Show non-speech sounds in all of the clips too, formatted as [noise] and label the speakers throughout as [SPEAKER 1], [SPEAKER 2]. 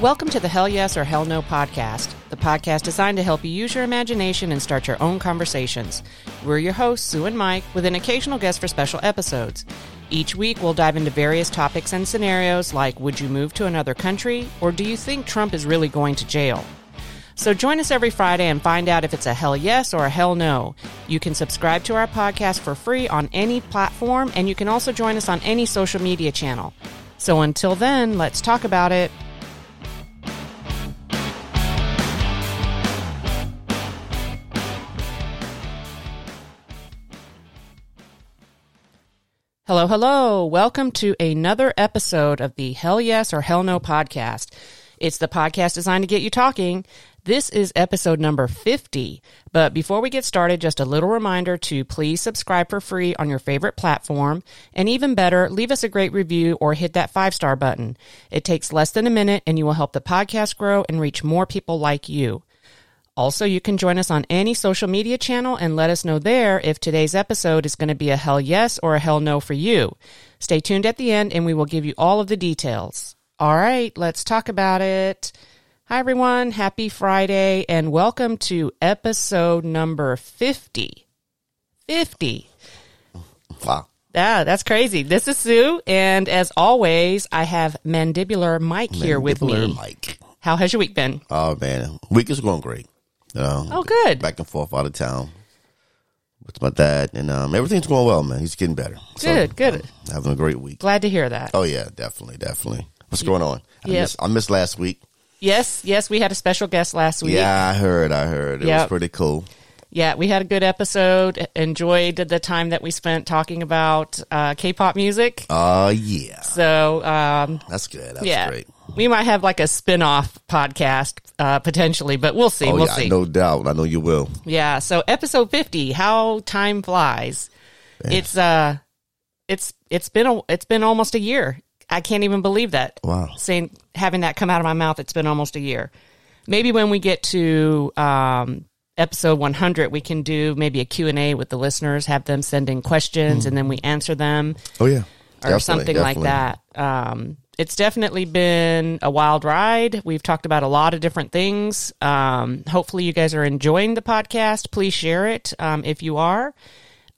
[SPEAKER 1] Welcome to the Hell Yes or Hell No podcast, the podcast designed to help you use your imagination and start your own conversations. We're your hosts, Sue and Mike, with an occasional guest for special episodes. Each week, we'll dive into various topics and scenarios like would you move to another country or do you think Trump is really going to jail? So join us every Friday and find out if it's a hell yes or a hell no. You can subscribe to our podcast for free on any platform, and you can also join us on any social media channel. So until then, let's talk about it. Hello, hello. Welcome to another episode of the Hell Yes or Hell No podcast. It's the podcast designed to get you talking. This is episode number 50. But before we get started, just a little reminder to please subscribe for free on your favorite platform. And even better, leave us a great review or hit that five star button. It takes less than a minute and you will help the podcast grow and reach more people like you. Also, you can join us on any social media channel and let us know there if today's episode is going to be a hell yes or a hell no for you. Stay tuned at the end and we will give you all of the details. All right, let's talk about it. Hi, everyone. Happy Friday and welcome to episode number 50. 50.
[SPEAKER 2] Wow.
[SPEAKER 1] Yeah, that's crazy. This is Sue. And as always, I have Mandibular Mike here with
[SPEAKER 2] People are
[SPEAKER 1] me.
[SPEAKER 2] Like,
[SPEAKER 1] How has your week been?
[SPEAKER 2] oh man, week is going great. You know,
[SPEAKER 1] Oh, good.
[SPEAKER 2] Back and forth out of town with my dad, and um, everything's going well, man. He's getting better.
[SPEAKER 1] Good, good.
[SPEAKER 2] um, having a great week.
[SPEAKER 1] Glad to hear that.
[SPEAKER 2] Oh yeah, definitely, definitely. What's going on? I
[SPEAKER 1] Yep.
[SPEAKER 2] missed, I missed last week.
[SPEAKER 1] Yes, yes, we had a special guest last week.
[SPEAKER 2] Yeah, I heard. I heard. It
[SPEAKER 1] Yep.
[SPEAKER 2] was pretty cool.
[SPEAKER 1] Yeah, we had a good episode. Enjoyed the time that we spent talking about uh, K-pop music.
[SPEAKER 2] Oh yeah,
[SPEAKER 1] So, um,
[SPEAKER 2] that's good. That's
[SPEAKER 1] yeah,
[SPEAKER 2] great.
[SPEAKER 1] we might have like a spin-off podcast uh, potentially, but we'll see.
[SPEAKER 2] Oh
[SPEAKER 1] we'll
[SPEAKER 2] yeah,
[SPEAKER 1] see.
[SPEAKER 2] no doubt. I know you will.
[SPEAKER 1] Yeah. So, episode fifty, how time flies. It's uh, it's it's been a, it's been almost a year. I can't even believe that.
[SPEAKER 2] Wow.
[SPEAKER 1] saying having that come out of my mouth it's been almost a year maybe when we get to um, episode 100 we can do maybe a q&a with the listeners have them send in questions and then we answer them
[SPEAKER 2] Oh yeah,
[SPEAKER 1] or something like that um, it's definitely been a wild ride we've talked about a lot of different things um, hopefully you guys are enjoying the podcast please share it um, if you are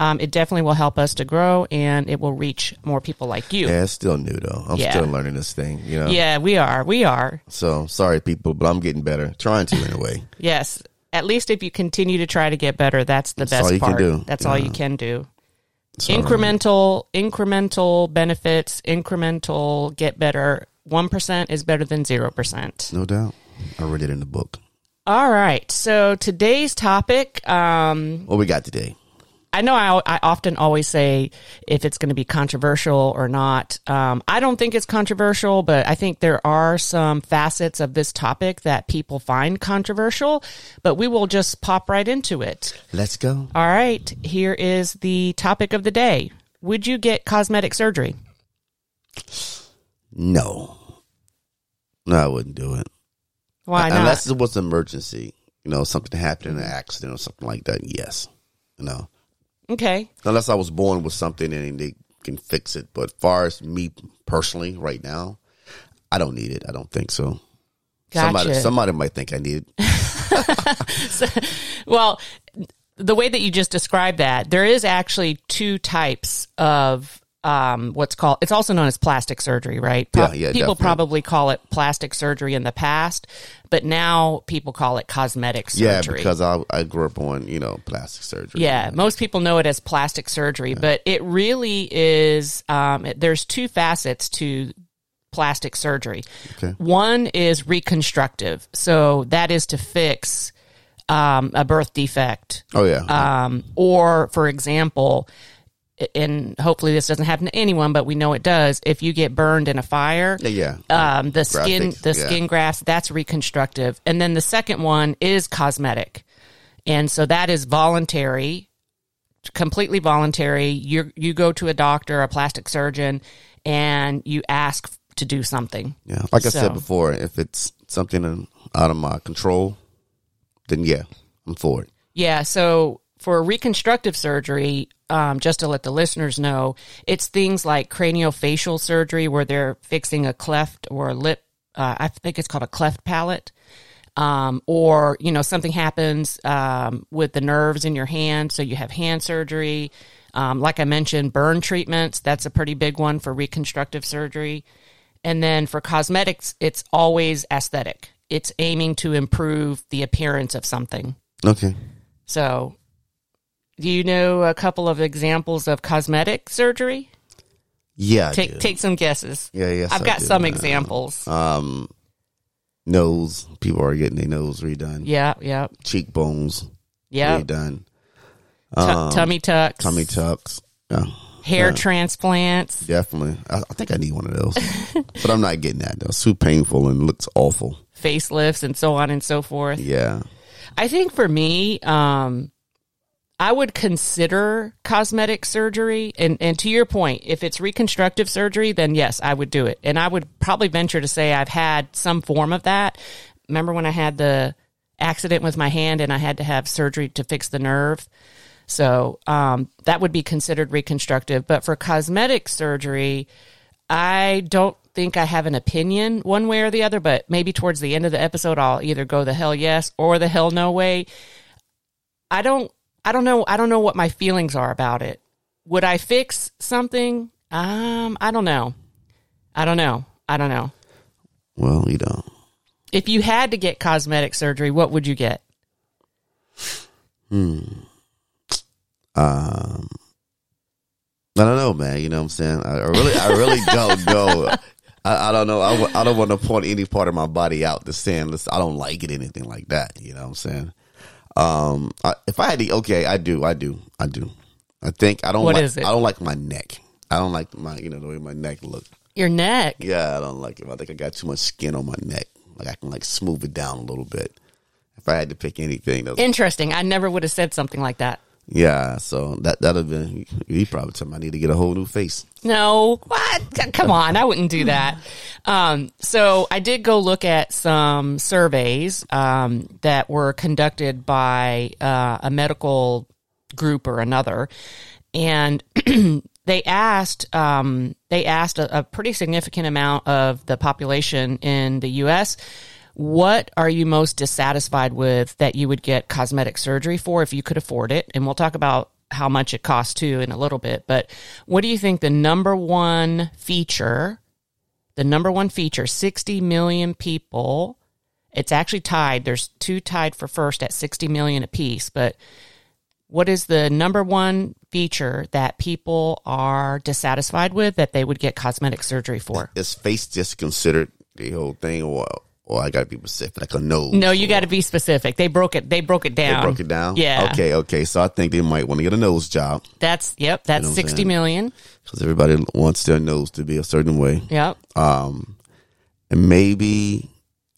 [SPEAKER 1] um, it definitely will help us to grow and it will reach more people like you
[SPEAKER 2] Yeah, it's still new though. I'm
[SPEAKER 1] Yeah.
[SPEAKER 2] still learning this thing. You know.
[SPEAKER 1] yeah we are we are
[SPEAKER 2] So sorry, people, but I'm getting better. Trying to anyway.
[SPEAKER 1] Yes. At least if you continue to try to get better, that's the best
[SPEAKER 2] all you can
[SPEAKER 1] part.
[SPEAKER 2] do.
[SPEAKER 1] That's all you can do.
[SPEAKER 2] So,
[SPEAKER 1] incremental, incremental benefits, incremental get better. 1% is better than 0%.
[SPEAKER 2] No doubt. I read it in the book.
[SPEAKER 1] All right. So today's topic, um,
[SPEAKER 2] What we got today?
[SPEAKER 1] I know I, I often always say if it's going to be controversial or not. Um, I don't think it's controversial, but I think there are some facets of this topic that people find controversial, but we will just pop right into it.
[SPEAKER 2] Let's go.
[SPEAKER 1] All right, here is the topic of the day. Would you get cosmetic surgery?
[SPEAKER 2] No. No, I wouldn't do it.
[SPEAKER 1] Why not?
[SPEAKER 2] Uh, Unless it was an emergency. You know, something happened in an accident or something like that. Yes. You know,
[SPEAKER 1] okay.
[SPEAKER 2] unless I was born with something and they can fix it. But far as me personally right now, I don't need it. I don't think so.
[SPEAKER 1] Gotcha.
[SPEAKER 2] Somebody, somebody might think I need it.
[SPEAKER 1] well, the way that you just described that, there is actually two types of um, what's called, it's also known as plastic surgery, right? Pro-
[SPEAKER 2] Yeah, yeah,
[SPEAKER 1] people
[SPEAKER 2] definitely.
[SPEAKER 1] probably call it plastic surgery in the past, but now people call it cosmetic
[SPEAKER 2] Yeah,
[SPEAKER 1] surgery.
[SPEAKER 2] because I I grew up on you know plastic surgery.
[SPEAKER 1] Yeah, most people know it as plastic surgery, but it really is. Um, it- there's two facets to plastic surgery.
[SPEAKER 2] Okay.
[SPEAKER 1] One is reconstructive, so that is to fix um, a birth defect,
[SPEAKER 2] Oh yeah.
[SPEAKER 1] um, or for example. And hopefully this doesn't happen to anyone, but we know it does. If you get burned in a fire,
[SPEAKER 2] yeah.
[SPEAKER 1] um, the skin
[SPEAKER 2] Graphics,
[SPEAKER 1] the
[SPEAKER 2] yeah.
[SPEAKER 1] skin grafts that's reconstructive and then the second one is cosmetic and so that is voluntary completely voluntary you you go to a doctor a plastic surgeon and you ask to do something
[SPEAKER 2] Yeah, like I
[SPEAKER 1] So-
[SPEAKER 2] said before, if it's something in- out of my control, then yeah, I'm for it.
[SPEAKER 1] Yeah. So for reconstructive surgery, um, just to let the listeners know, it's things like craniofacial surgery where they're fixing a cleft or a lip uh, I think it's called a cleft palate. Um, or, you know, something happens um, with the nerves in your hand. So you have hand surgery. Um, like I mentioned, burn treatments. That's a pretty big one for reconstructive surgery. And then for cosmetics, it's always aesthetic, it's aiming to improve the appearance of something.
[SPEAKER 2] Okay.
[SPEAKER 1] So, do you know a couple of examples of cosmetic surgery?
[SPEAKER 2] Yeah. I
[SPEAKER 1] Take
[SPEAKER 2] do.
[SPEAKER 1] take some guesses.
[SPEAKER 2] Yeah, yes,
[SPEAKER 1] I've
[SPEAKER 2] I
[SPEAKER 1] got
[SPEAKER 2] do.
[SPEAKER 1] some e-
[SPEAKER 2] Uh,
[SPEAKER 1] examples.
[SPEAKER 2] Um, nose. People are getting their nose redone.
[SPEAKER 1] yeah, yeah,
[SPEAKER 2] Cheekbones
[SPEAKER 1] yeah.
[SPEAKER 2] redone.
[SPEAKER 1] Tu- tummy tucks,
[SPEAKER 2] um, Tummy tucks. Yeah.
[SPEAKER 1] hair transplants.
[SPEAKER 2] Definitely. I, I think I need one
[SPEAKER 1] [laughs]
[SPEAKER 2] of those. but I'm not getting that though. It's too painful and looks awful.
[SPEAKER 1] facelifts and so on and so forth.
[SPEAKER 2] Yeah.
[SPEAKER 1] I think for me, um, I would consider cosmetic surgery. And, and to your point, if it's reconstructive surgery, then yes, I would do it. And I would probably venture to say I've had some form of that. Remember when I had the accident with my hand and I had to have surgery to fix the nerve? So um, that would be considered reconstructive. But for cosmetic surgery, I don't think I have an opinion one way or the other, but maybe towards the end of the episode, I'll either go the hell yes or the hell no way. I don't, I don't know, I don't know what my feelings are about it. Would I fix something? Um, I don't know. I don't know. I don't know.
[SPEAKER 2] Well, you know.
[SPEAKER 1] If you had to get cosmetic surgery, what would you get?
[SPEAKER 2] Um I don't know, man. You know what I'm saying? I I really I really
[SPEAKER 1] [laughs]
[SPEAKER 2] don't know. I, I don't know. I, w- I don't want to point any part of my body out to saying, listen, I don't like it, anything like that. You know what I'm saying? Um, I, if I had to, okay, I do, I do, I do. I think I don't
[SPEAKER 1] What
[SPEAKER 2] like,
[SPEAKER 1] is it?
[SPEAKER 2] I don't like my neck. I don't like my, you know, the way my neck looks.
[SPEAKER 1] Your neck.
[SPEAKER 2] Yeah, I don't like it. I think I got too much skin on my neck. Like I can like smooth it down a little bit. If I had to pick anything, that
[SPEAKER 1] Interesting. I never would have said something like that.
[SPEAKER 2] yeah. So that that'd have been. You probably tell me I need to get a whole new face.
[SPEAKER 1] No, what? C- Come on, I wouldn't do that. Um, so I did go look at some surveys um, that were conducted by uh, a medical group or another, and [clears throat] they asked um, they asked a, a pretty significant amount of the population in the U.S. What are you most dissatisfied with that you would get cosmetic surgery for if you could afford it? And we'll talk about how much it costs too in a little bit. But what do you think the number one feature, the number one feature, 60 million people, it's actually tied. There's two tied for first at 60 million apiece. But what is the number one feature that people are dissatisfied with that they would get cosmetic surgery for?
[SPEAKER 2] Is face just considered the whole thing, or or I gotta be specific, like a nose?
[SPEAKER 1] No, you got to be specific. They broke it. They broke it down.
[SPEAKER 2] They broke it down.
[SPEAKER 1] Yeah.
[SPEAKER 2] Okay. Okay. So I think they might want to get a nose job
[SPEAKER 1] That's yep. That's
[SPEAKER 2] what I'm
[SPEAKER 1] sixty
[SPEAKER 2] saying?
[SPEAKER 1] million.
[SPEAKER 2] because everybody wants their nose to be a certain way.
[SPEAKER 1] Yep.
[SPEAKER 2] Um, and maybe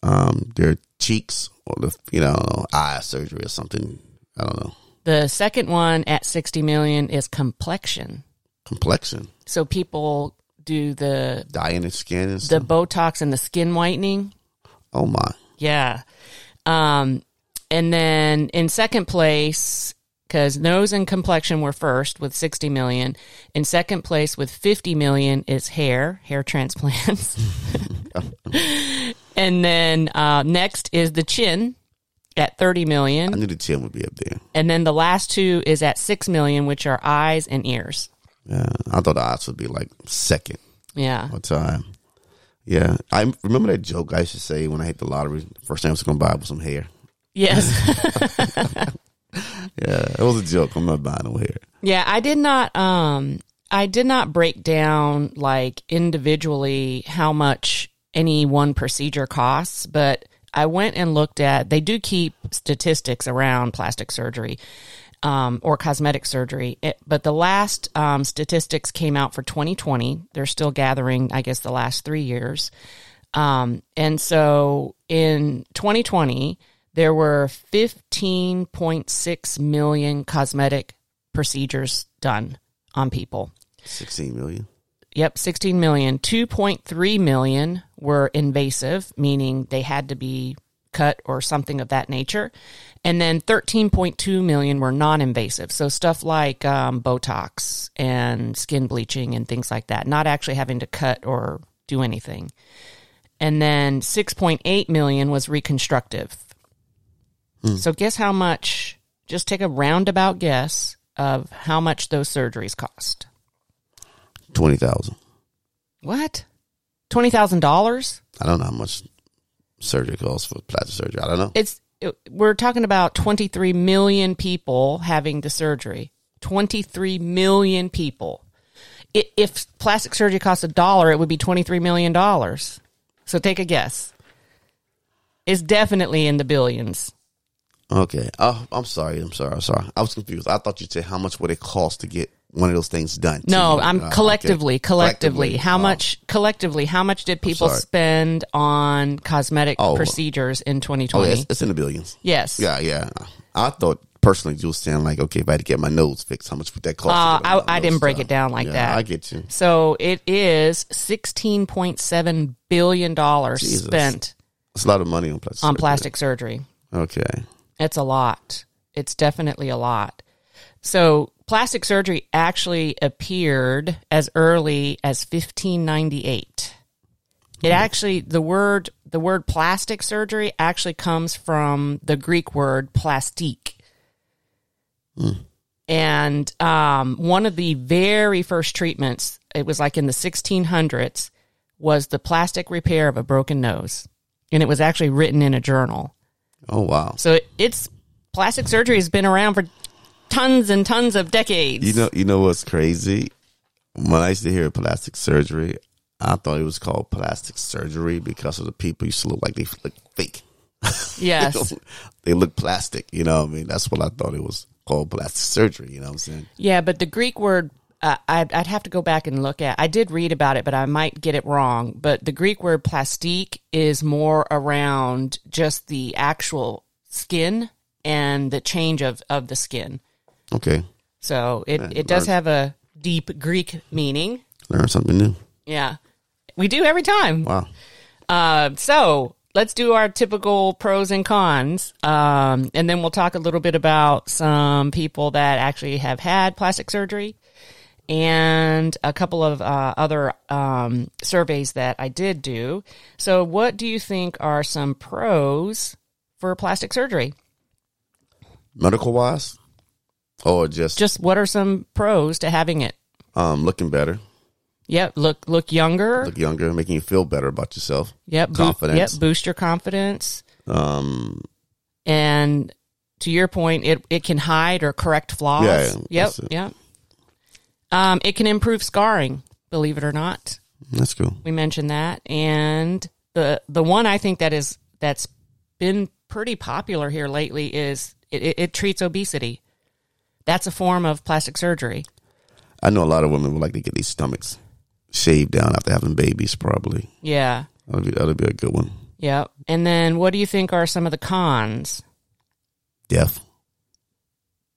[SPEAKER 2] um their cheeks or the you know I don't know, eye surgery or something. I don't know
[SPEAKER 1] The second one at sixty million is complexion.
[SPEAKER 2] complexion.
[SPEAKER 1] So people do the
[SPEAKER 2] dyeing his skin and
[SPEAKER 1] the
[SPEAKER 2] stuff.
[SPEAKER 1] Botox and the skin whitening.
[SPEAKER 2] oh my.
[SPEAKER 1] Yeah. Um, and then in second place, because nose and complexion were first with 60 million. In second place with 50 million is hair, hair transplants. [laughs] and then uh, next is the chin at 30
[SPEAKER 2] I
[SPEAKER 1] million.
[SPEAKER 2] knew the chin would be up there.
[SPEAKER 1] And then the last two is at 6 million, which are eyes and ears.
[SPEAKER 2] Yeah. I thought the odds would be like second
[SPEAKER 1] Yeah.
[SPEAKER 2] all time. Yeah. I remember that joke I used to say when I hit the lottery, first thing I was gonna buy was some hair.
[SPEAKER 1] Yes.
[SPEAKER 2] Yeah. It was a joke. I'm not buying no hair.
[SPEAKER 1] Yeah, I did not um I did not break down like individually how much any one procedure costs, but I went and looked at they do keep statistics around plastic surgery um, or cosmetic surgery. It, but the last um, statistics came out for 2020. They're still gathering, I guess, the last three years. Um, and so in 2020, there were 15.6 million cosmetic procedures done on people.
[SPEAKER 2] Sixteen million.
[SPEAKER 1] Yep, 16 million. 2.3 million were invasive, meaning they had to be cut or something of that nature. And then 13.2 million were non invasive. So stuff like um, Botox and skin bleaching and things like that, not actually having to cut or do anything. and then 6.8 million was reconstructive. So guess how much? Just take a roundabout guess of how much those surgeries cost.
[SPEAKER 2] Twenty thousand.
[SPEAKER 1] What? Twenty thousand dollars?
[SPEAKER 2] I don't know how much surgery costs for plastic surgery. I don't know.
[SPEAKER 1] It's it, we're talking about 23 million people having the surgery. 23 million people. I- If plastic surgery costs a dollar, it would be 23 million dollars. So take a guess. It's definitely in the billions.
[SPEAKER 2] Okay. Oh, I'm sorry. I'm sorry. I'm sorry. I was confused. I thought you said how much would it cost to get one of those things done. to
[SPEAKER 1] No,
[SPEAKER 2] you.
[SPEAKER 1] I'm
[SPEAKER 2] Uh, okay.
[SPEAKER 1] collectively, collectively, How
[SPEAKER 2] Oh.
[SPEAKER 1] much collectively? How much did people
[SPEAKER 2] sorry.
[SPEAKER 1] spend on cosmetic
[SPEAKER 2] Oh.
[SPEAKER 1] procedures in
[SPEAKER 2] Oh,
[SPEAKER 1] 2020?
[SPEAKER 2] yeah, it's, it's in the billions.
[SPEAKER 1] yes.
[SPEAKER 2] Yeah, yeah. I thought personally you were saying like, okay, if I had to get my nose fixed, how much would that cost?
[SPEAKER 1] Uh,
[SPEAKER 2] to get my
[SPEAKER 1] I- I
[SPEAKER 2] nose
[SPEAKER 1] didn't break
[SPEAKER 2] done?
[SPEAKER 1] it down like
[SPEAKER 2] Yeah,
[SPEAKER 1] that.
[SPEAKER 2] I get you.
[SPEAKER 1] So it is 16.7 billion dollars
[SPEAKER 2] Jesus.
[SPEAKER 1] spent
[SPEAKER 2] It's a lot of money on plastic.
[SPEAKER 1] on
[SPEAKER 2] surgery.
[SPEAKER 1] plastic surgery.
[SPEAKER 2] Okay.
[SPEAKER 1] It's a lot. It's definitely a lot. So plastic surgery actually appeared as early as 1598. It actually the word the word plastic surgery actually comes from the Greek word plastique. And um, one of the very first treatments, it was like in the 1600s, was the plastic repair of a broken nose. And it was actually written in a journal.
[SPEAKER 2] Oh wow.
[SPEAKER 1] So it's plastic surgery has been around for tons and tons of decades.
[SPEAKER 2] You know, you know what's crazy? When I used to hear plastic surgery, I thought it was called plastic surgery because of the people used to look like they look fake.
[SPEAKER 1] [laughs]
[SPEAKER 2] [laughs]
[SPEAKER 1] yes.
[SPEAKER 2] they look plastic. You know what I mean? That's what I thought it was called plastic surgery. You know what I'm saying?
[SPEAKER 1] Yeah, but the Greek word uh, I'd, I'd have to go back and look at. I did read about it, but I might get it wrong. But the Greek word plastique is more around just the actual skin and the change of, of the skin.
[SPEAKER 2] Okay.
[SPEAKER 1] So it, it does have a deep Greek meaning.
[SPEAKER 2] Learn something new.
[SPEAKER 1] Yeah. We do every time.
[SPEAKER 2] Wow.
[SPEAKER 1] Uh, so let's do our typical pros and cons. Um, and then we'll talk a little bit about some people that actually have had plastic surgery and a couple of uh, other um, surveys that I did do. So, what do you think are some pros for plastic surgery?
[SPEAKER 2] Medical wise, or just,
[SPEAKER 1] Just what are some pros to having it?
[SPEAKER 2] um looking better,
[SPEAKER 1] Yep, look look younger.
[SPEAKER 2] look younger, making you feel better about yourself.
[SPEAKER 1] yep, boo-
[SPEAKER 2] confidence.
[SPEAKER 1] Yep, boost your confidence.
[SPEAKER 2] Um,
[SPEAKER 1] and to your point, it, it can hide or correct flaws.
[SPEAKER 2] Yeah, yeah,
[SPEAKER 1] yep,
[SPEAKER 2] that's it.
[SPEAKER 1] yep. Um, it can improve scarring, believe it or not.
[SPEAKER 2] that's cool.
[SPEAKER 1] We mentioned that, and the the one I think that is that's been pretty popular here lately is it, it, it treats obesity. That's a form of plastic surgery.
[SPEAKER 2] I know a lot of women would like to get these stomachs shaved down after having babies. Probably
[SPEAKER 1] Yeah,
[SPEAKER 2] that'll be that'll be a good one.
[SPEAKER 1] yep. And then, what do you think are some of the cons?
[SPEAKER 2] Death.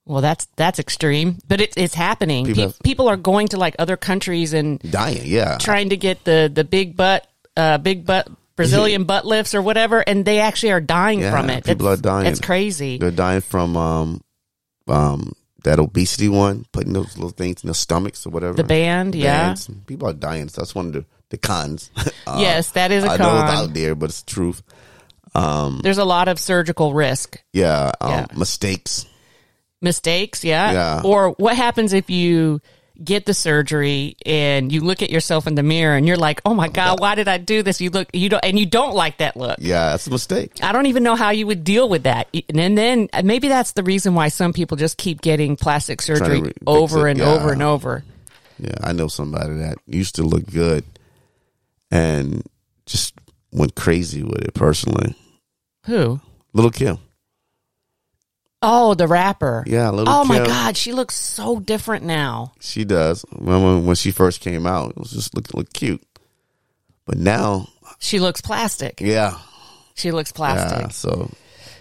[SPEAKER 1] Well, that's that's extreme, but it's it's happening.
[SPEAKER 2] People
[SPEAKER 1] People,
[SPEAKER 2] have-
[SPEAKER 1] people are going to like other countries and
[SPEAKER 2] Dying, yeah.
[SPEAKER 1] trying to get the the big butt uh big butt Brazilian butt lifts or whatever and they actually are dying
[SPEAKER 2] Yeah,
[SPEAKER 1] from it.
[SPEAKER 2] people
[SPEAKER 1] It's-
[SPEAKER 2] are dying.
[SPEAKER 1] It's crazy.
[SPEAKER 2] They're dying from um um that obesity one, putting those little things in their stomachs or whatever.
[SPEAKER 1] The band, yeah.
[SPEAKER 2] Bands. People are dying. So that's one of the, the cons. Uh,
[SPEAKER 1] yes, that is a
[SPEAKER 2] [laughs] I know
[SPEAKER 1] con.
[SPEAKER 2] it's out there, but it's the truth.
[SPEAKER 1] There's a lot of surgical risk.
[SPEAKER 2] Yeah. Um,
[SPEAKER 1] Yeah.
[SPEAKER 2] Mistakes.
[SPEAKER 1] Mistakes, yeah.
[SPEAKER 2] Yeah.
[SPEAKER 1] Or what happens if you get the surgery and you look at yourself in the mirror and you're like, "Oh my god, why did I do this?" You look you don't and you don't like that look.
[SPEAKER 2] Yeah, that's a mistake.
[SPEAKER 1] I don't even know how you would deal with that. And then and maybe that's the reason why some people just keep getting plastic surgery
[SPEAKER 2] re- fix
[SPEAKER 1] over
[SPEAKER 2] it,
[SPEAKER 1] and
[SPEAKER 2] yeah.
[SPEAKER 1] over and over.
[SPEAKER 2] Yeah, I know somebody that used to look good and just went crazy with it personally.
[SPEAKER 1] Who?
[SPEAKER 2] Little Kim.
[SPEAKER 1] Oh, the rapper.
[SPEAKER 2] Yeah, Little
[SPEAKER 1] Oh my
[SPEAKER 2] Kim.
[SPEAKER 1] God, she looks so different now.
[SPEAKER 2] She does. When, when- when she first came out, it was just look, look cute. But now,
[SPEAKER 1] She looks plastic.
[SPEAKER 2] yeah.
[SPEAKER 1] She looks
[SPEAKER 2] yeah
[SPEAKER 1] plastic.
[SPEAKER 2] so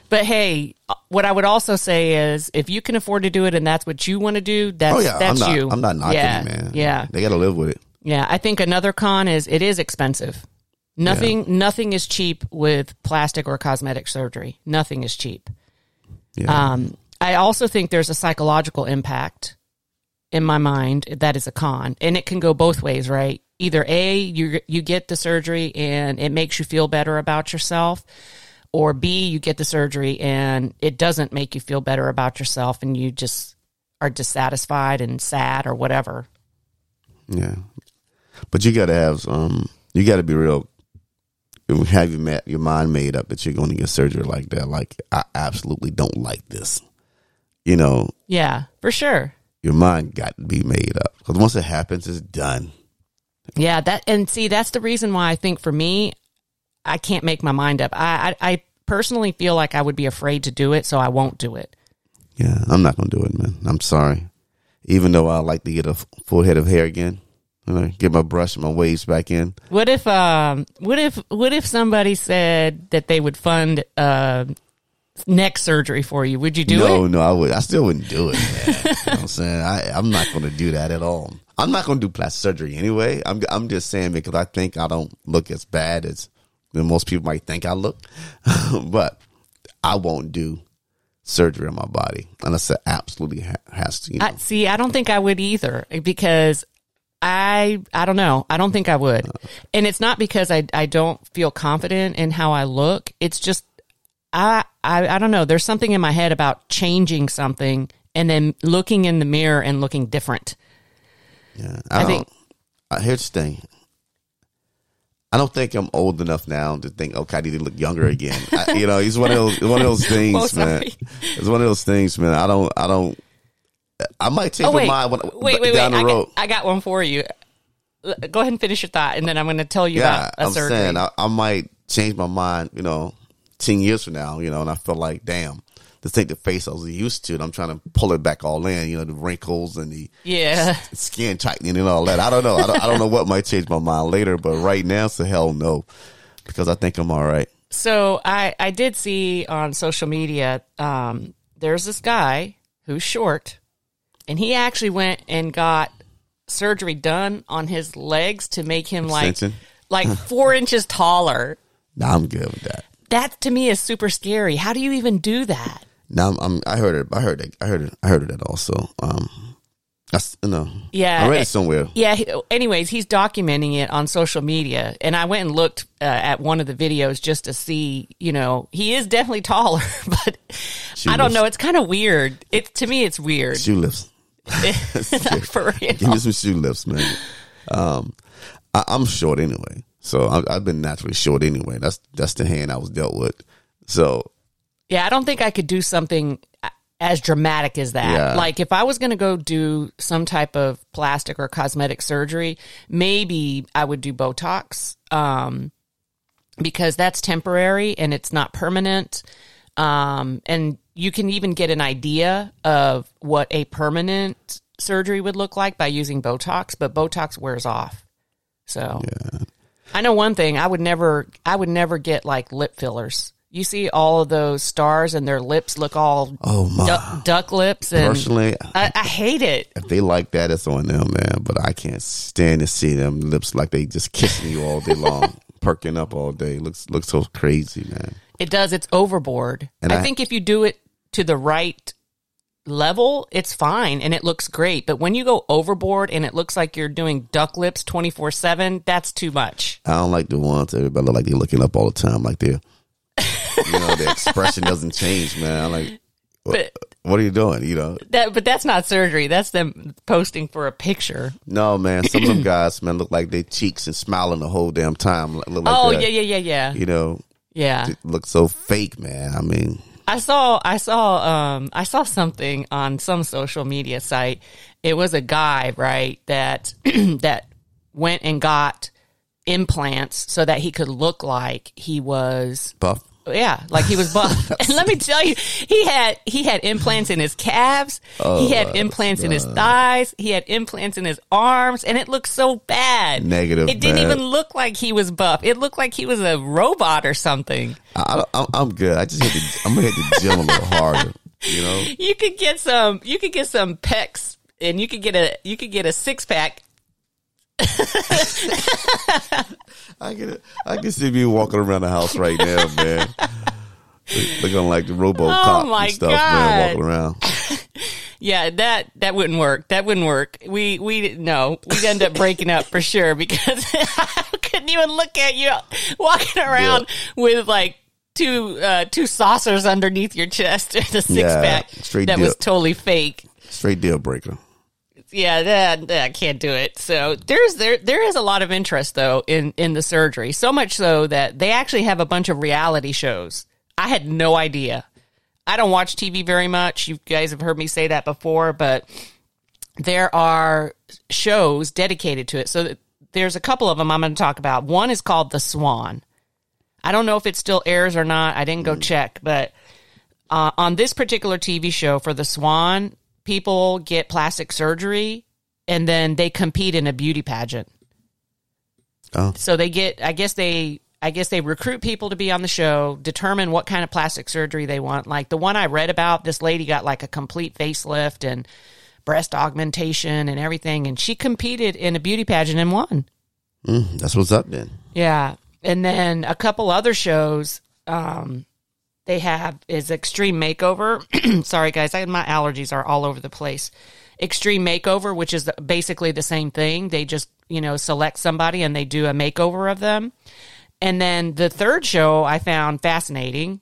[SPEAKER 1] But hey, uh, what I would also say is, if you can afford to do it and that's what you want to do, that's
[SPEAKER 2] Oh yeah,
[SPEAKER 1] that's
[SPEAKER 2] I'm not.
[SPEAKER 1] you.
[SPEAKER 2] I'm not knocking
[SPEAKER 1] yeah,
[SPEAKER 2] it, man.
[SPEAKER 1] Yeah,
[SPEAKER 2] they got to live with it.
[SPEAKER 1] yeah. I think another con is it is expensive. Nothing, nothing is cheap with plastic or cosmetic surgery. Nothing is cheap.
[SPEAKER 2] Yeah,
[SPEAKER 1] Um, I also think there's a psychological impact in my mind that is a con, and it can go both ways, right? either a you you get the surgery and it makes you feel better about yourself or b you get the surgery and it doesn't make you feel better about yourself and you just are dissatisfied and sad or whatever
[SPEAKER 2] Yeah, but you got to have um, you got to be real. Have your ma- your mind made up that you're going to get surgery like that. Like I absolutely don't like this. You know,
[SPEAKER 1] yeah for sure
[SPEAKER 2] your mind got to be made up because once it happens, it's done.
[SPEAKER 1] Yeah, that and see that's the reason why I think for me, I can't make my mind up. I I, I personally feel like I would be afraid to do it, so I won't do it.
[SPEAKER 2] Yeah, I'm not gonna do it, man. I'm sorry. Even though I like to get a f- full head of hair again, you know, get my brush, and my waves back in.
[SPEAKER 1] What if um what if what if somebody said that they would fund uh neck surgery for you? Would you do
[SPEAKER 2] no,
[SPEAKER 1] it?
[SPEAKER 2] no, I would. I still wouldn't do it. Man. [laughs] you know what I'm saying I, I'm not gonna do that at all. I'm not gonna do plastic surgery anyway. I'm I'm just saying because I think I don't look as bad as than most people might think I look, [laughs] but I won't do surgery on my body unless it absolutely ha- has to. You know.
[SPEAKER 1] I, see, I don't think I would either because I I don't know. I don't think I would. And it's not because I I don't feel confident in how I look. It's just I I I don't know. There's something in my head about changing something and then looking in the mirror and looking different.
[SPEAKER 2] Yeah, I,
[SPEAKER 1] I
[SPEAKER 2] don't,
[SPEAKER 1] think-
[SPEAKER 2] I, here's the thing. I don't think I'm old enough now to think, okay, I need to
[SPEAKER 1] [laughs]
[SPEAKER 2] look younger again. I, you know, it's one of those, one of those things,
[SPEAKER 1] Oh,
[SPEAKER 2] man.
[SPEAKER 1] sorry.
[SPEAKER 2] It's one of those things, man. I don't, I don't. I might change
[SPEAKER 1] Oh
[SPEAKER 2] my
[SPEAKER 1] wait.
[SPEAKER 2] mind when,
[SPEAKER 1] wait, wait,
[SPEAKER 2] down
[SPEAKER 1] wait. I,
[SPEAKER 2] the road.
[SPEAKER 1] got, I got one for you. L- Go ahead and finish your thought and then I'm going to tell you
[SPEAKER 2] yeah,
[SPEAKER 1] about a
[SPEAKER 2] I'm
[SPEAKER 1] surgery.
[SPEAKER 2] saying uh, I, I might change my mind. You know, ten years from now, you know, and I feel like, damn, this ain't the face I was used to. And I'm trying to pull it back all in. You know, the wrinkles and the
[SPEAKER 1] yeah. [laughs]
[SPEAKER 2] skin tightening and all that. I don't know. I don't, I don't know what might change my mind later, but right now, it's a hell no, because I think I'm all right.
[SPEAKER 1] So I I did see on social media um, there's this guy who's short, and he actually went and got surgery done on his legs to make him like
[SPEAKER 2] Extension?
[SPEAKER 1] like four inches taller.
[SPEAKER 2] Now I'm good with that.
[SPEAKER 1] That to me is super scary. How do you even do that?
[SPEAKER 2] Now I'm, I'm I heard it. I heard it. I heard it. I heard it also. Um, that's you know.
[SPEAKER 1] Yeah,
[SPEAKER 2] I read it,
[SPEAKER 1] it-
[SPEAKER 2] somewhere.
[SPEAKER 1] Yeah. He, anyways, he's documenting it on social media, and I went and looked uh, at one of the videos just to see. You know, he is definitely taller, [laughs] but I don't
[SPEAKER 2] was-
[SPEAKER 1] know. It's kind of weird. It to me, it's weird.
[SPEAKER 2] [laughs] Shoe lifts.
[SPEAKER 1] [laughs] For real.
[SPEAKER 2] Give me some shoe lifts, man. Um, I, I'm short anyway, so I, I've been naturally short anyway. That's that's the hand I was dealt with. So
[SPEAKER 1] Yeah, I don't think I could do something as dramatic as that.
[SPEAKER 2] Yeah.
[SPEAKER 1] Like if I was going to go do some type of plastic or cosmetic surgery, maybe I would do Botox um, because that's temporary and it's not permanent. Um, and you can even get an idea of what a permanent surgery would look like by using Botox, but Botox wears off. So
[SPEAKER 2] yeah,
[SPEAKER 1] I know one thing. I would never. I would never get like lip fillers. You see all of those stars, and their lips look all
[SPEAKER 2] Oh, my.
[SPEAKER 1] duck, duck lips, and
[SPEAKER 2] personally,
[SPEAKER 1] I, I hate it.
[SPEAKER 2] if they like that, it's on them, man. But I can't stand to see them lips like they just kissing you all
[SPEAKER 1] [laughs]
[SPEAKER 2] day long, perking up all day. Looks looks so crazy, man.
[SPEAKER 1] It does. It's overboard.
[SPEAKER 2] And
[SPEAKER 1] I,
[SPEAKER 2] I-
[SPEAKER 1] think if you do it to the right level, it's fine and it looks great. But when you go overboard and it looks like you're doing duck lips twenty four seven, that's too much.
[SPEAKER 2] I don't like the ones that everybody look like they're looking up all the time, like they're you know, the
[SPEAKER 1] [laughs]
[SPEAKER 2] expression doesn't change, man. I'm like
[SPEAKER 1] But
[SPEAKER 2] what are you doing? You know,
[SPEAKER 1] that. But that's not surgery. That's them posting for a picture.
[SPEAKER 2] no, man. Some of them guys, man, look like they cheeks and smiling the whole damn time. Look like
[SPEAKER 1] oh
[SPEAKER 2] that.
[SPEAKER 1] yeah, yeah, yeah, yeah,
[SPEAKER 2] You know,
[SPEAKER 1] yeah.
[SPEAKER 2] look so fake, man. I mean,
[SPEAKER 1] I saw I saw um I saw something on some social media site. It was a guy, right, that [clears throat] that went and got implants so that he could look like he was
[SPEAKER 2] buff.
[SPEAKER 1] yeah, like he was buff. [laughs] and let me tell you, he had he had implants in his calves, he had implants in his thighs, he had implants in his arms, and it looked so bad.
[SPEAKER 2] Negative,
[SPEAKER 1] It didn't
[SPEAKER 2] man.
[SPEAKER 1] even look like he was buff. It looked like he was a robot or something.
[SPEAKER 2] I, I, I'm- I'm good. I just hit the, I'm gonna hit the gym a little harder. You know,
[SPEAKER 1] you could get some you could get some pecs and you could get a you could get a six pack
[SPEAKER 2] I can I can see me walking around the house right now,
[SPEAKER 1] [laughs]
[SPEAKER 2] man. Looking like the RoboCop
[SPEAKER 1] Oh my
[SPEAKER 2] and stuff, man,
[SPEAKER 1] God.
[SPEAKER 2] walking around.
[SPEAKER 1] Yeah, that that wouldn't work. That wouldn't work. We we no, we'd end up breaking up for sure because [laughs] I couldn't even look at you walking around with like two uh, two saucers underneath your chest and a six
[SPEAKER 2] Yeah,
[SPEAKER 1] pack
[SPEAKER 2] straight
[SPEAKER 1] that was
[SPEAKER 2] dip.
[SPEAKER 1] totally fake.
[SPEAKER 2] Straight deal breaker.
[SPEAKER 1] Yeah, that, that I can't do it. So there's there there is a lot of interest though in in the surgery. So much so that they actually have a bunch of reality shows. I had no idea. I don't watch TV very much. You guys have heard me say that before, but there are shows dedicated to it. So th- there's a couple of them I'm going to talk about. One is called The Swan. I don't know if it still airs or not. I didn't go check, but uh, on this particular TV show for The Swan, people get plastic surgery and then they compete in a beauty pageant.
[SPEAKER 2] Oh.
[SPEAKER 1] So they get I guess they I guess they recruit people to be on the show, determine what kind of plastic surgery they want. Like the one I read about, this lady got like a complete facelift and breast augmentation and everything and she competed in a beauty pageant and won.
[SPEAKER 2] Mm, that's what's up then.
[SPEAKER 1] Yeah. And then a couple other shows um, they have is Extreme Makeover. [clears throat] Sorry, guys, I, my allergies are all over the place. Extreme Makeover, which is basically the same thing. They just, you know, select somebody and they do a makeover of them. And then the third show I found fascinating,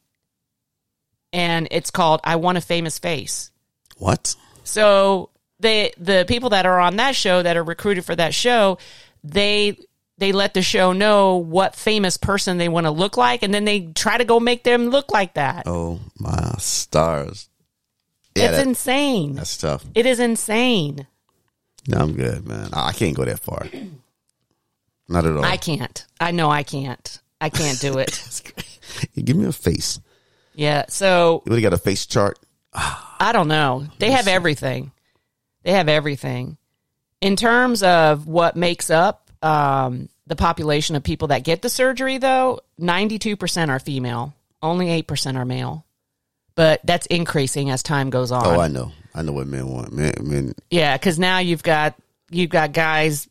[SPEAKER 1] and it's called I Want a Famous Face.
[SPEAKER 2] What?
[SPEAKER 1] So the the people that are on that show that are recruited for that show, they they let the show know what famous person they want to look like, and then they try to go make them look like that.
[SPEAKER 2] Oh my stars. Yeah,
[SPEAKER 1] it's
[SPEAKER 2] that,
[SPEAKER 1] insane.
[SPEAKER 2] that's tough.
[SPEAKER 1] It is insane.
[SPEAKER 2] No, I'm good, man. I, I can't go that far. Not at all.
[SPEAKER 1] I can't. I know I can't. I can't do
[SPEAKER 2] [laughs]
[SPEAKER 1] it.
[SPEAKER 2] Give me a face.
[SPEAKER 1] yeah. So
[SPEAKER 2] You would have got a face chart.
[SPEAKER 1] I don't know. They have everything. They have everything. In terms of what makes up um, the population of people that get the surgery, though, 92% are female, only 8% are male. But that's increasing as time goes on.
[SPEAKER 2] Oh, I know. I know what men want. Men, men
[SPEAKER 1] yeah, because now you've got you've got guys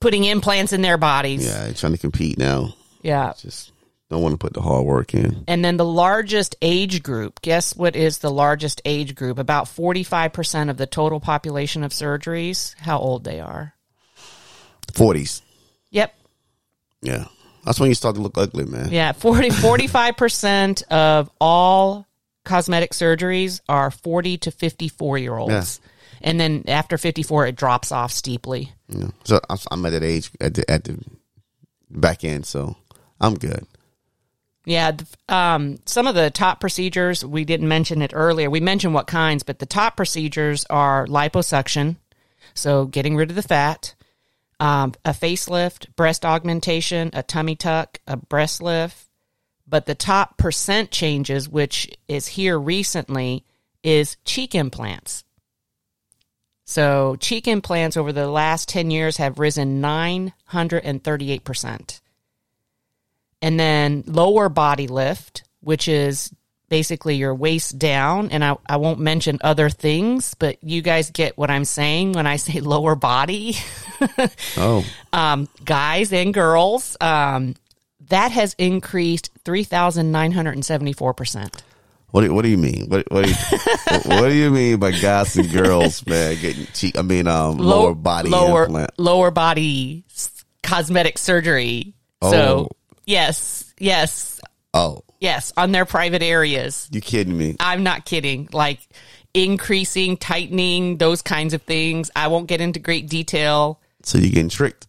[SPEAKER 1] putting implants in their bodies.
[SPEAKER 2] yeah, they're trying to compete now.
[SPEAKER 1] yeah.
[SPEAKER 2] Just don't want to put the hard work in.
[SPEAKER 1] And then the largest age group, guess what is the largest age group? About 45% of the total population of surgeries, how old they are.
[SPEAKER 2] Forties.
[SPEAKER 1] Yep.
[SPEAKER 2] Yeah. That's when you start to look ugly, man.
[SPEAKER 1] [laughs] Yeah. 40, 45% of all cosmetic surgeries are 40 to 54 year olds. And then after 54, it drops off steeply.
[SPEAKER 2] Yeah. So I'm, I'm at that age at the, at the back end, so I'm good.
[SPEAKER 1] Yeah. th- Um, some of the top procedures, we didn't mention it earlier. We mentioned what kinds, but the top procedures are liposuction, so getting rid of the fat, um, a facelift, breast augmentation, a tummy tuck, a breast lift. But the top percent changes, which is here recently, is cheek implants. So cheek implants over the last 10 years have risen 938% and then lower body lift, which is basically your waist down. And I, I won't mention other things, but you guys get what I'm saying when I [laughs] say lower body, [laughs]
[SPEAKER 2] Oh,
[SPEAKER 1] um, guys and girls. Um, that has increased 3,974%.
[SPEAKER 2] what do, what do you mean? What what do you, [laughs] what do you mean by guys and girls, man? Getting cheek? I mean, um,
[SPEAKER 1] Low-
[SPEAKER 2] lower body
[SPEAKER 1] lower,
[SPEAKER 2] implant.
[SPEAKER 1] Lower body s- cosmetic surgery. So,
[SPEAKER 2] Oh.
[SPEAKER 1] yes, yes,
[SPEAKER 2] Oh,
[SPEAKER 1] yes, on their private areas.
[SPEAKER 2] you kidding me?
[SPEAKER 1] I'm not kidding. Like increasing, tightening, those kinds of things. I won't get into great detail.
[SPEAKER 2] So you getting tricked?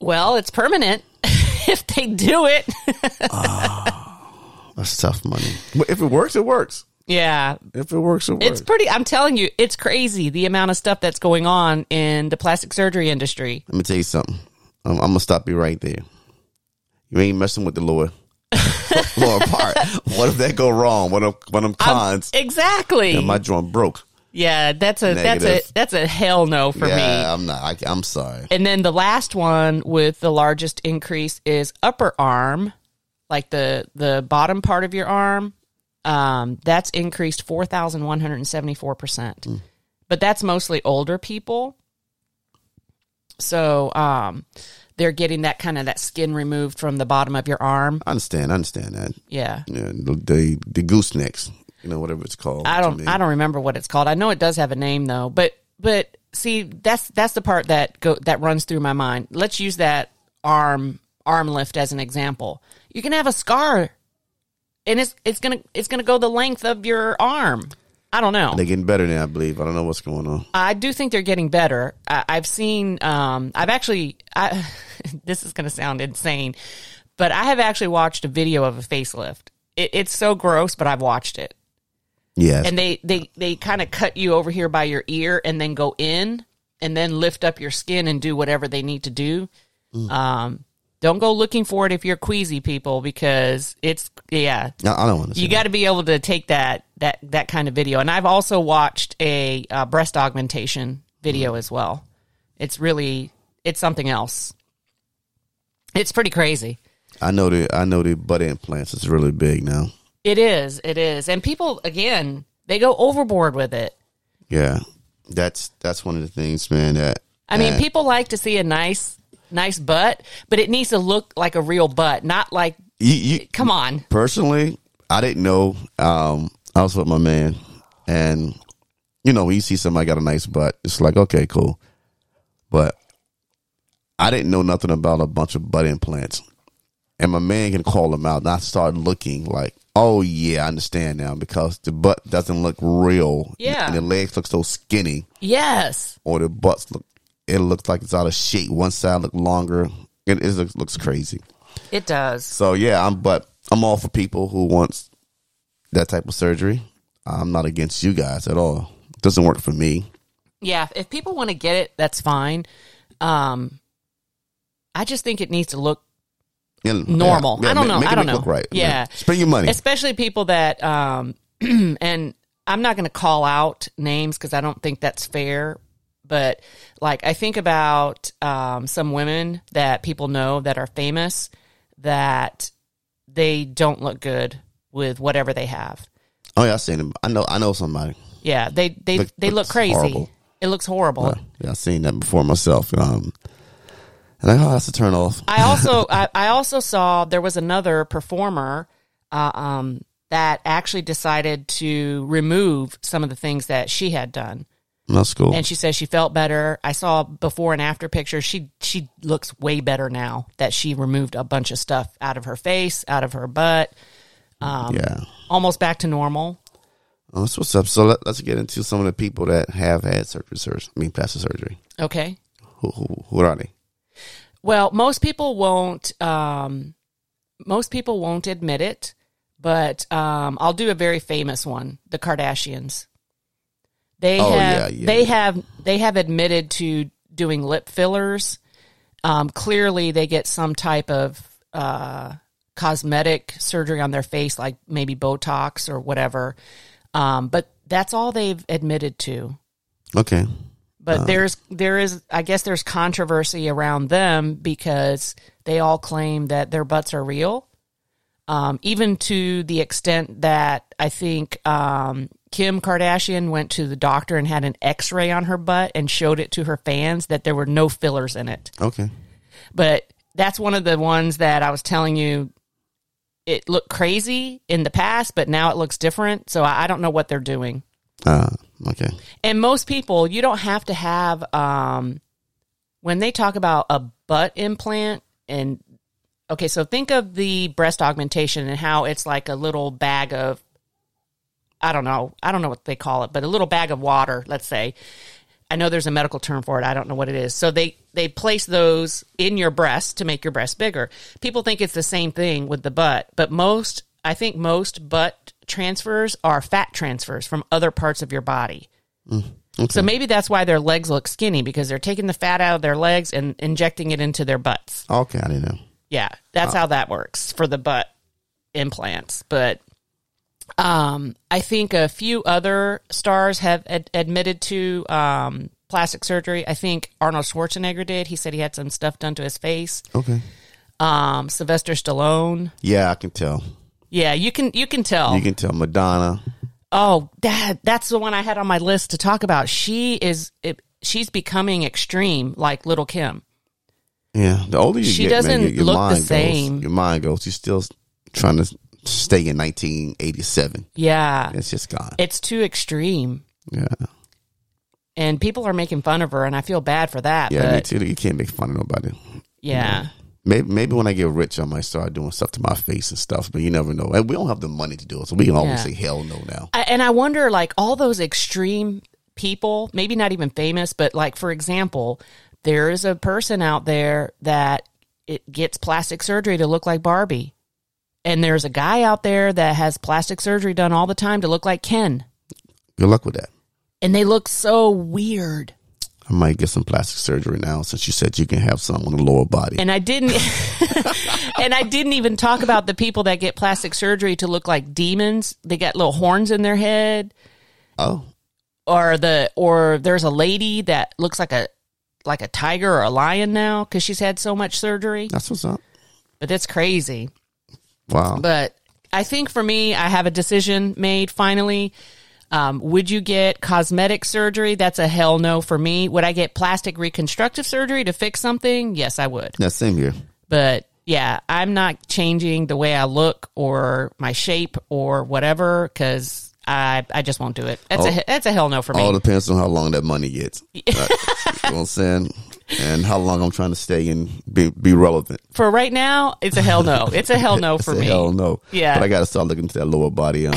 [SPEAKER 1] Well, it's permanent [laughs] if they do it. [laughs]
[SPEAKER 2] That's tough money. But if it works, it works.
[SPEAKER 1] yeah.
[SPEAKER 2] If it works, it works.
[SPEAKER 1] It's pretty, I'm telling you, it's crazy the amount of stuff that's going on in the plastic surgery industry.
[SPEAKER 2] Let me tell you something. I'm, I'm gonna stop you right there. You ain't messing with the lower [laughs]
[SPEAKER 1] [laughs]
[SPEAKER 2] lower part. What if that go wrong? What if one of them cons
[SPEAKER 1] Exactly.
[SPEAKER 2] and my joint broke?
[SPEAKER 1] yeah, that's a that's
[SPEAKER 2] Negative.
[SPEAKER 1] a that's a hell no for me.
[SPEAKER 2] yeah, I'm not. I, I'm sorry.
[SPEAKER 1] And then the last one with the largest increase is upper arm, like the the bottom part of your arm. Um, that's increased four thousand one hundred and seventy four percent, but that's mostly older people. So um, they're getting that kind of that skin removed from the bottom of your arm.
[SPEAKER 2] I understand. I understand that.
[SPEAKER 1] Yeah,
[SPEAKER 2] Yeah, the the, the goosenecks. you know, whatever it's called.
[SPEAKER 1] I
[SPEAKER 2] to
[SPEAKER 1] don't
[SPEAKER 2] me.
[SPEAKER 1] I don't remember what it's called. I know it does have a name though. But but see, that's that's the part that go that runs through my mind. Let's use that arm arm lift as an example. You can have a scar and it's it's going to it's going to go the length of your arm. I don't know.
[SPEAKER 2] They're getting better now, I believe. I don't know what's going on.
[SPEAKER 1] I do think they're getting better. I, I've seen, um, I've actually, I, [laughs] this is going to sound insane, but I have actually watched a video of a facelift. It, it's so gross, but I've watched it.
[SPEAKER 2] Yes.
[SPEAKER 1] And they, they, they kind of cut you over here by your ear and then go in and then lift up your skin and do whatever they need to do. Um, don't go looking for it if you're queasy people because it's, yeah,
[SPEAKER 2] I, I don't want to.
[SPEAKER 1] you got to be able to take that that that kind of video. And I've also watched a uh, breast augmentation video as well. It's really it's something else. It's pretty crazy.
[SPEAKER 2] I know the I know the butt implants is really big now.
[SPEAKER 1] It is. It is. And people again, they go overboard with it.
[SPEAKER 2] Yeah, that's that's one of the things, man. That
[SPEAKER 1] I mean,
[SPEAKER 2] that-
[SPEAKER 1] people like to see a nice nice butt, but it needs to look like a real butt, not like
[SPEAKER 2] you, you
[SPEAKER 1] come on.
[SPEAKER 2] personally, I didn't know. Um, I was with my man, and you know, when you see somebody got a nice butt, it's like okay, cool. But I didn't know nothing about a bunch of butt implants, and my man can call them out, and I start looking like, oh yeah, I understand now because the butt doesn't look real,
[SPEAKER 1] Yeah.
[SPEAKER 2] and the legs look so skinny.
[SPEAKER 1] Yes.
[SPEAKER 2] or the butts look it looks like it's out of shape. One side look longer. It, it looks, looks crazy.
[SPEAKER 1] It does.
[SPEAKER 2] So yeah, I'm but I'm all for people who wants that type of surgery. I'm not against you guys at all. Doesn't work for me.
[SPEAKER 1] Yeah, if people want to get it, that's fine. Um I just think it needs to look
[SPEAKER 2] And-
[SPEAKER 1] Normal. I don't
[SPEAKER 2] ma-
[SPEAKER 1] know.
[SPEAKER 2] Make
[SPEAKER 1] I
[SPEAKER 2] it
[SPEAKER 1] don't
[SPEAKER 2] look
[SPEAKER 1] know.
[SPEAKER 2] right.
[SPEAKER 1] Yeah.
[SPEAKER 2] Spend your money.
[SPEAKER 1] especially people that um [clears throat] and I'm not going to call out names cuz I don't think that's fair but like I think about um some women that people know that are famous that they don't look good with whatever they have.
[SPEAKER 2] oh yeah, I seen him. I know. I know somebody.
[SPEAKER 1] Yeah, they they
[SPEAKER 2] Look-
[SPEAKER 1] they look
[SPEAKER 2] looks
[SPEAKER 1] crazy.
[SPEAKER 2] horrible.
[SPEAKER 1] It looks horrible.
[SPEAKER 2] Yeah, I seen that before myself. Um, and I, oh, that's a turn off.
[SPEAKER 1] I also I, I also saw there was another performer uh, um, that actually decided to remove some of the things that she had done,
[SPEAKER 2] That's cool.
[SPEAKER 1] and she says she felt better. I saw before and after pictures. She she looks way better now that she removed a bunch of stuff out of her face, out of her butt, um,
[SPEAKER 2] yeah.
[SPEAKER 1] almost back to normal.
[SPEAKER 2] Oh, that's what's up. So let, let's get into some of the people that have had surgery. surgery I mean, plastic surgery.
[SPEAKER 1] Okay.
[SPEAKER 2] Who, who, who are they?
[SPEAKER 1] Well, most people won't. Um, most people won't admit it, but um, I'll do a very famous one: the Kardashians. They
[SPEAKER 2] Oh,
[SPEAKER 1] have
[SPEAKER 2] yeah, yeah,
[SPEAKER 1] they
[SPEAKER 2] yeah.
[SPEAKER 1] have they have admitted to doing lip fillers. Um, clearly, they get some type of uh, cosmetic surgery on their face, like maybe Botox or whatever. Um, but that's all they've admitted to
[SPEAKER 2] Okay.
[SPEAKER 1] but there's there is I guess there's controversy around them because they all claim that their butts are real, um, even to the extent that I think um, Kim Kardashian went to the doctor and had an X-ray on her butt and showed it to her fans that there were no fillers in it.
[SPEAKER 2] Okay.
[SPEAKER 1] But that's one of the ones that I was telling you. It looked crazy in the past, but now it looks different. So I, I don't know what they're doing.
[SPEAKER 2] Uh, okay.
[SPEAKER 1] And most people, you don't have to have um when they talk about a butt implant and okay, so think of the breast augmentation and how it's like a little bag of I don't know. I don't know what they call it, but a little bag of water, let's say. I know there's a medical term for it. I don't know what it is. So they they place those in your breast to make your breast bigger. People think it's the same thing with the butt, but most I think most butt transfers are fat transfers from other parts of your body. So maybe that's why their legs look skinny because they're taking the fat out of their legs and injecting it into their butts.
[SPEAKER 2] Okay. I didn't know.
[SPEAKER 1] Yeah, that's how that works for the butt implants. But um, I think a few other stars have ad- admitted to um, plastic surgery. I think Arnold Schwarzenegger did. He said he had some stuff done to his face.
[SPEAKER 2] Okay.
[SPEAKER 1] Um, Sylvester Stallone.
[SPEAKER 2] Yeah, I can tell.
[SPEAKER 1] Yeah, you can you can tell.
[SPEAKER 2] You can tell Madonna.
[SPEAKER 1] Oh, that that's the one I had on my list to talk about. She is it, she's becoming extreme like little Kim.
[SPEAKER 2] Yeah. The older you
[SPEAKER 1] She
[SPEAKER 2] get, man,
[SPEAKER 1] doesn't
[SPEAKER 2] your, your
[SPEAKER 1] look the
[SPEAKER 2] mind goes-
[SPEAKER 1] same.
[SPEAKER 2] Your mind goes. You're still trying to stay in 1987.
[SPEAKER 1] Yeah.
[SPEAKER 2] It's just gone.
[SPEAKER 1] It's too extreme.
[SPEAKER 2] Yeah.
[SPEAKER 1] And people are making fun of her, and I feel bad for that.
[SPEAKER 2] Yeah,
[SPEAKER 1] but
[SPEAKER 2] me too. You can't make fun of nobody.
[SPEAKER 1] yeah.
[SPEAKER 2] Maybe maybe when I get rich, I might start doing stuff to my face and stuff. But you never know. And we don't have the money to do it, so we can always
[SPEAKER 1] Yeah.
[SPEAKER 2] say hell no now.
[SPEAKER 1] I, and I wonder, like, all those extreme people, maybe not even famous, but like, for example, there is a person out there that it gets plastic surgery to look like Barbie. And there's a guy out there that has plastic surgery done all the time to look like Ken.
[SPEAKER 2] Good luck with that.
[SPEAKER 1] And they look so weird.
[SPEAKER 2] I might get some plastic surgery now since you said you can have some on the lower body.
[SPEAKER 1] And I didn't [laughs] and I didn't even talk about the people that get plastic surgery to look like demons. They got little horns in their head.
[SPEAKER 2] oh,
[SPEAKER 1] or the or there's a lady that looks like a like a tiger or a lion now because she's had so much surgery
[SPEAKER 2] that's what's up.
[SPEAKER 1] but that's crazy
[SPEAKER 2] Wow.
[SPEAKER 1] but i think for me i have a decision made finally um, would you get cosmetic surgery that's a hell no for me would i get plastic reconstructive surgery to fix something yes i would
[SPEAKER 2] yeah, same here.
[SPEAKER 1] but yeah i'm not changing the way i look or my shape or whatever because I, I just won't do it. That's a that's a hell no for me.
[SPEAKER 2] All depends on how long that money
[SPEAKER 1] [laughs]
[SPEAKER 2] gets. Right? you know what I'm saying? And how long I'm trying to stay and be, be relevant.
[SPEAKER 1] for right now, it's a hell no. It's a hell no for
[SPEAKER 2] Say
[SPEAKER 1] me.
[SPEAKER 2] hell no.
[SPEAKER 1] Yeah.
[SPEAKER 2] But I got to start looking to that lower body. Um,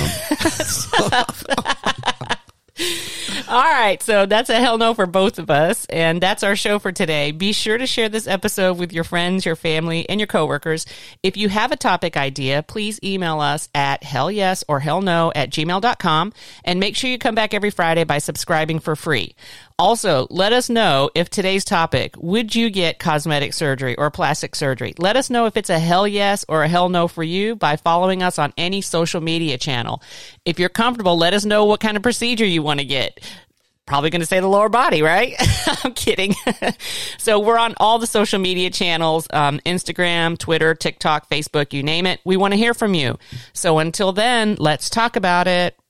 [SPEAKER 1] All right. So that's a hell no for both of us. And that's our show for today. Be sure to share this episode with your friends, your family, and your coworkers. If you have a topic idea, please email us at hell yes or hell no at gmail.com. And make sure you come back every Friday by subscribing for free. Also, let us know if today's topic would you get cosmetic surgery or plastic surgery? Let us know if it's a hell yes or a hell no for you by following us on any social media channel. If you're comfortable, let us know what kind of procedure you want to get. Probably going to say the lower body, right? [laughs] I'm kidding. so we're on all the social media channels um, Instagram, Twitter, TikTok, Facebook, you name it. We want to hear from you. So until then, let's talk about it.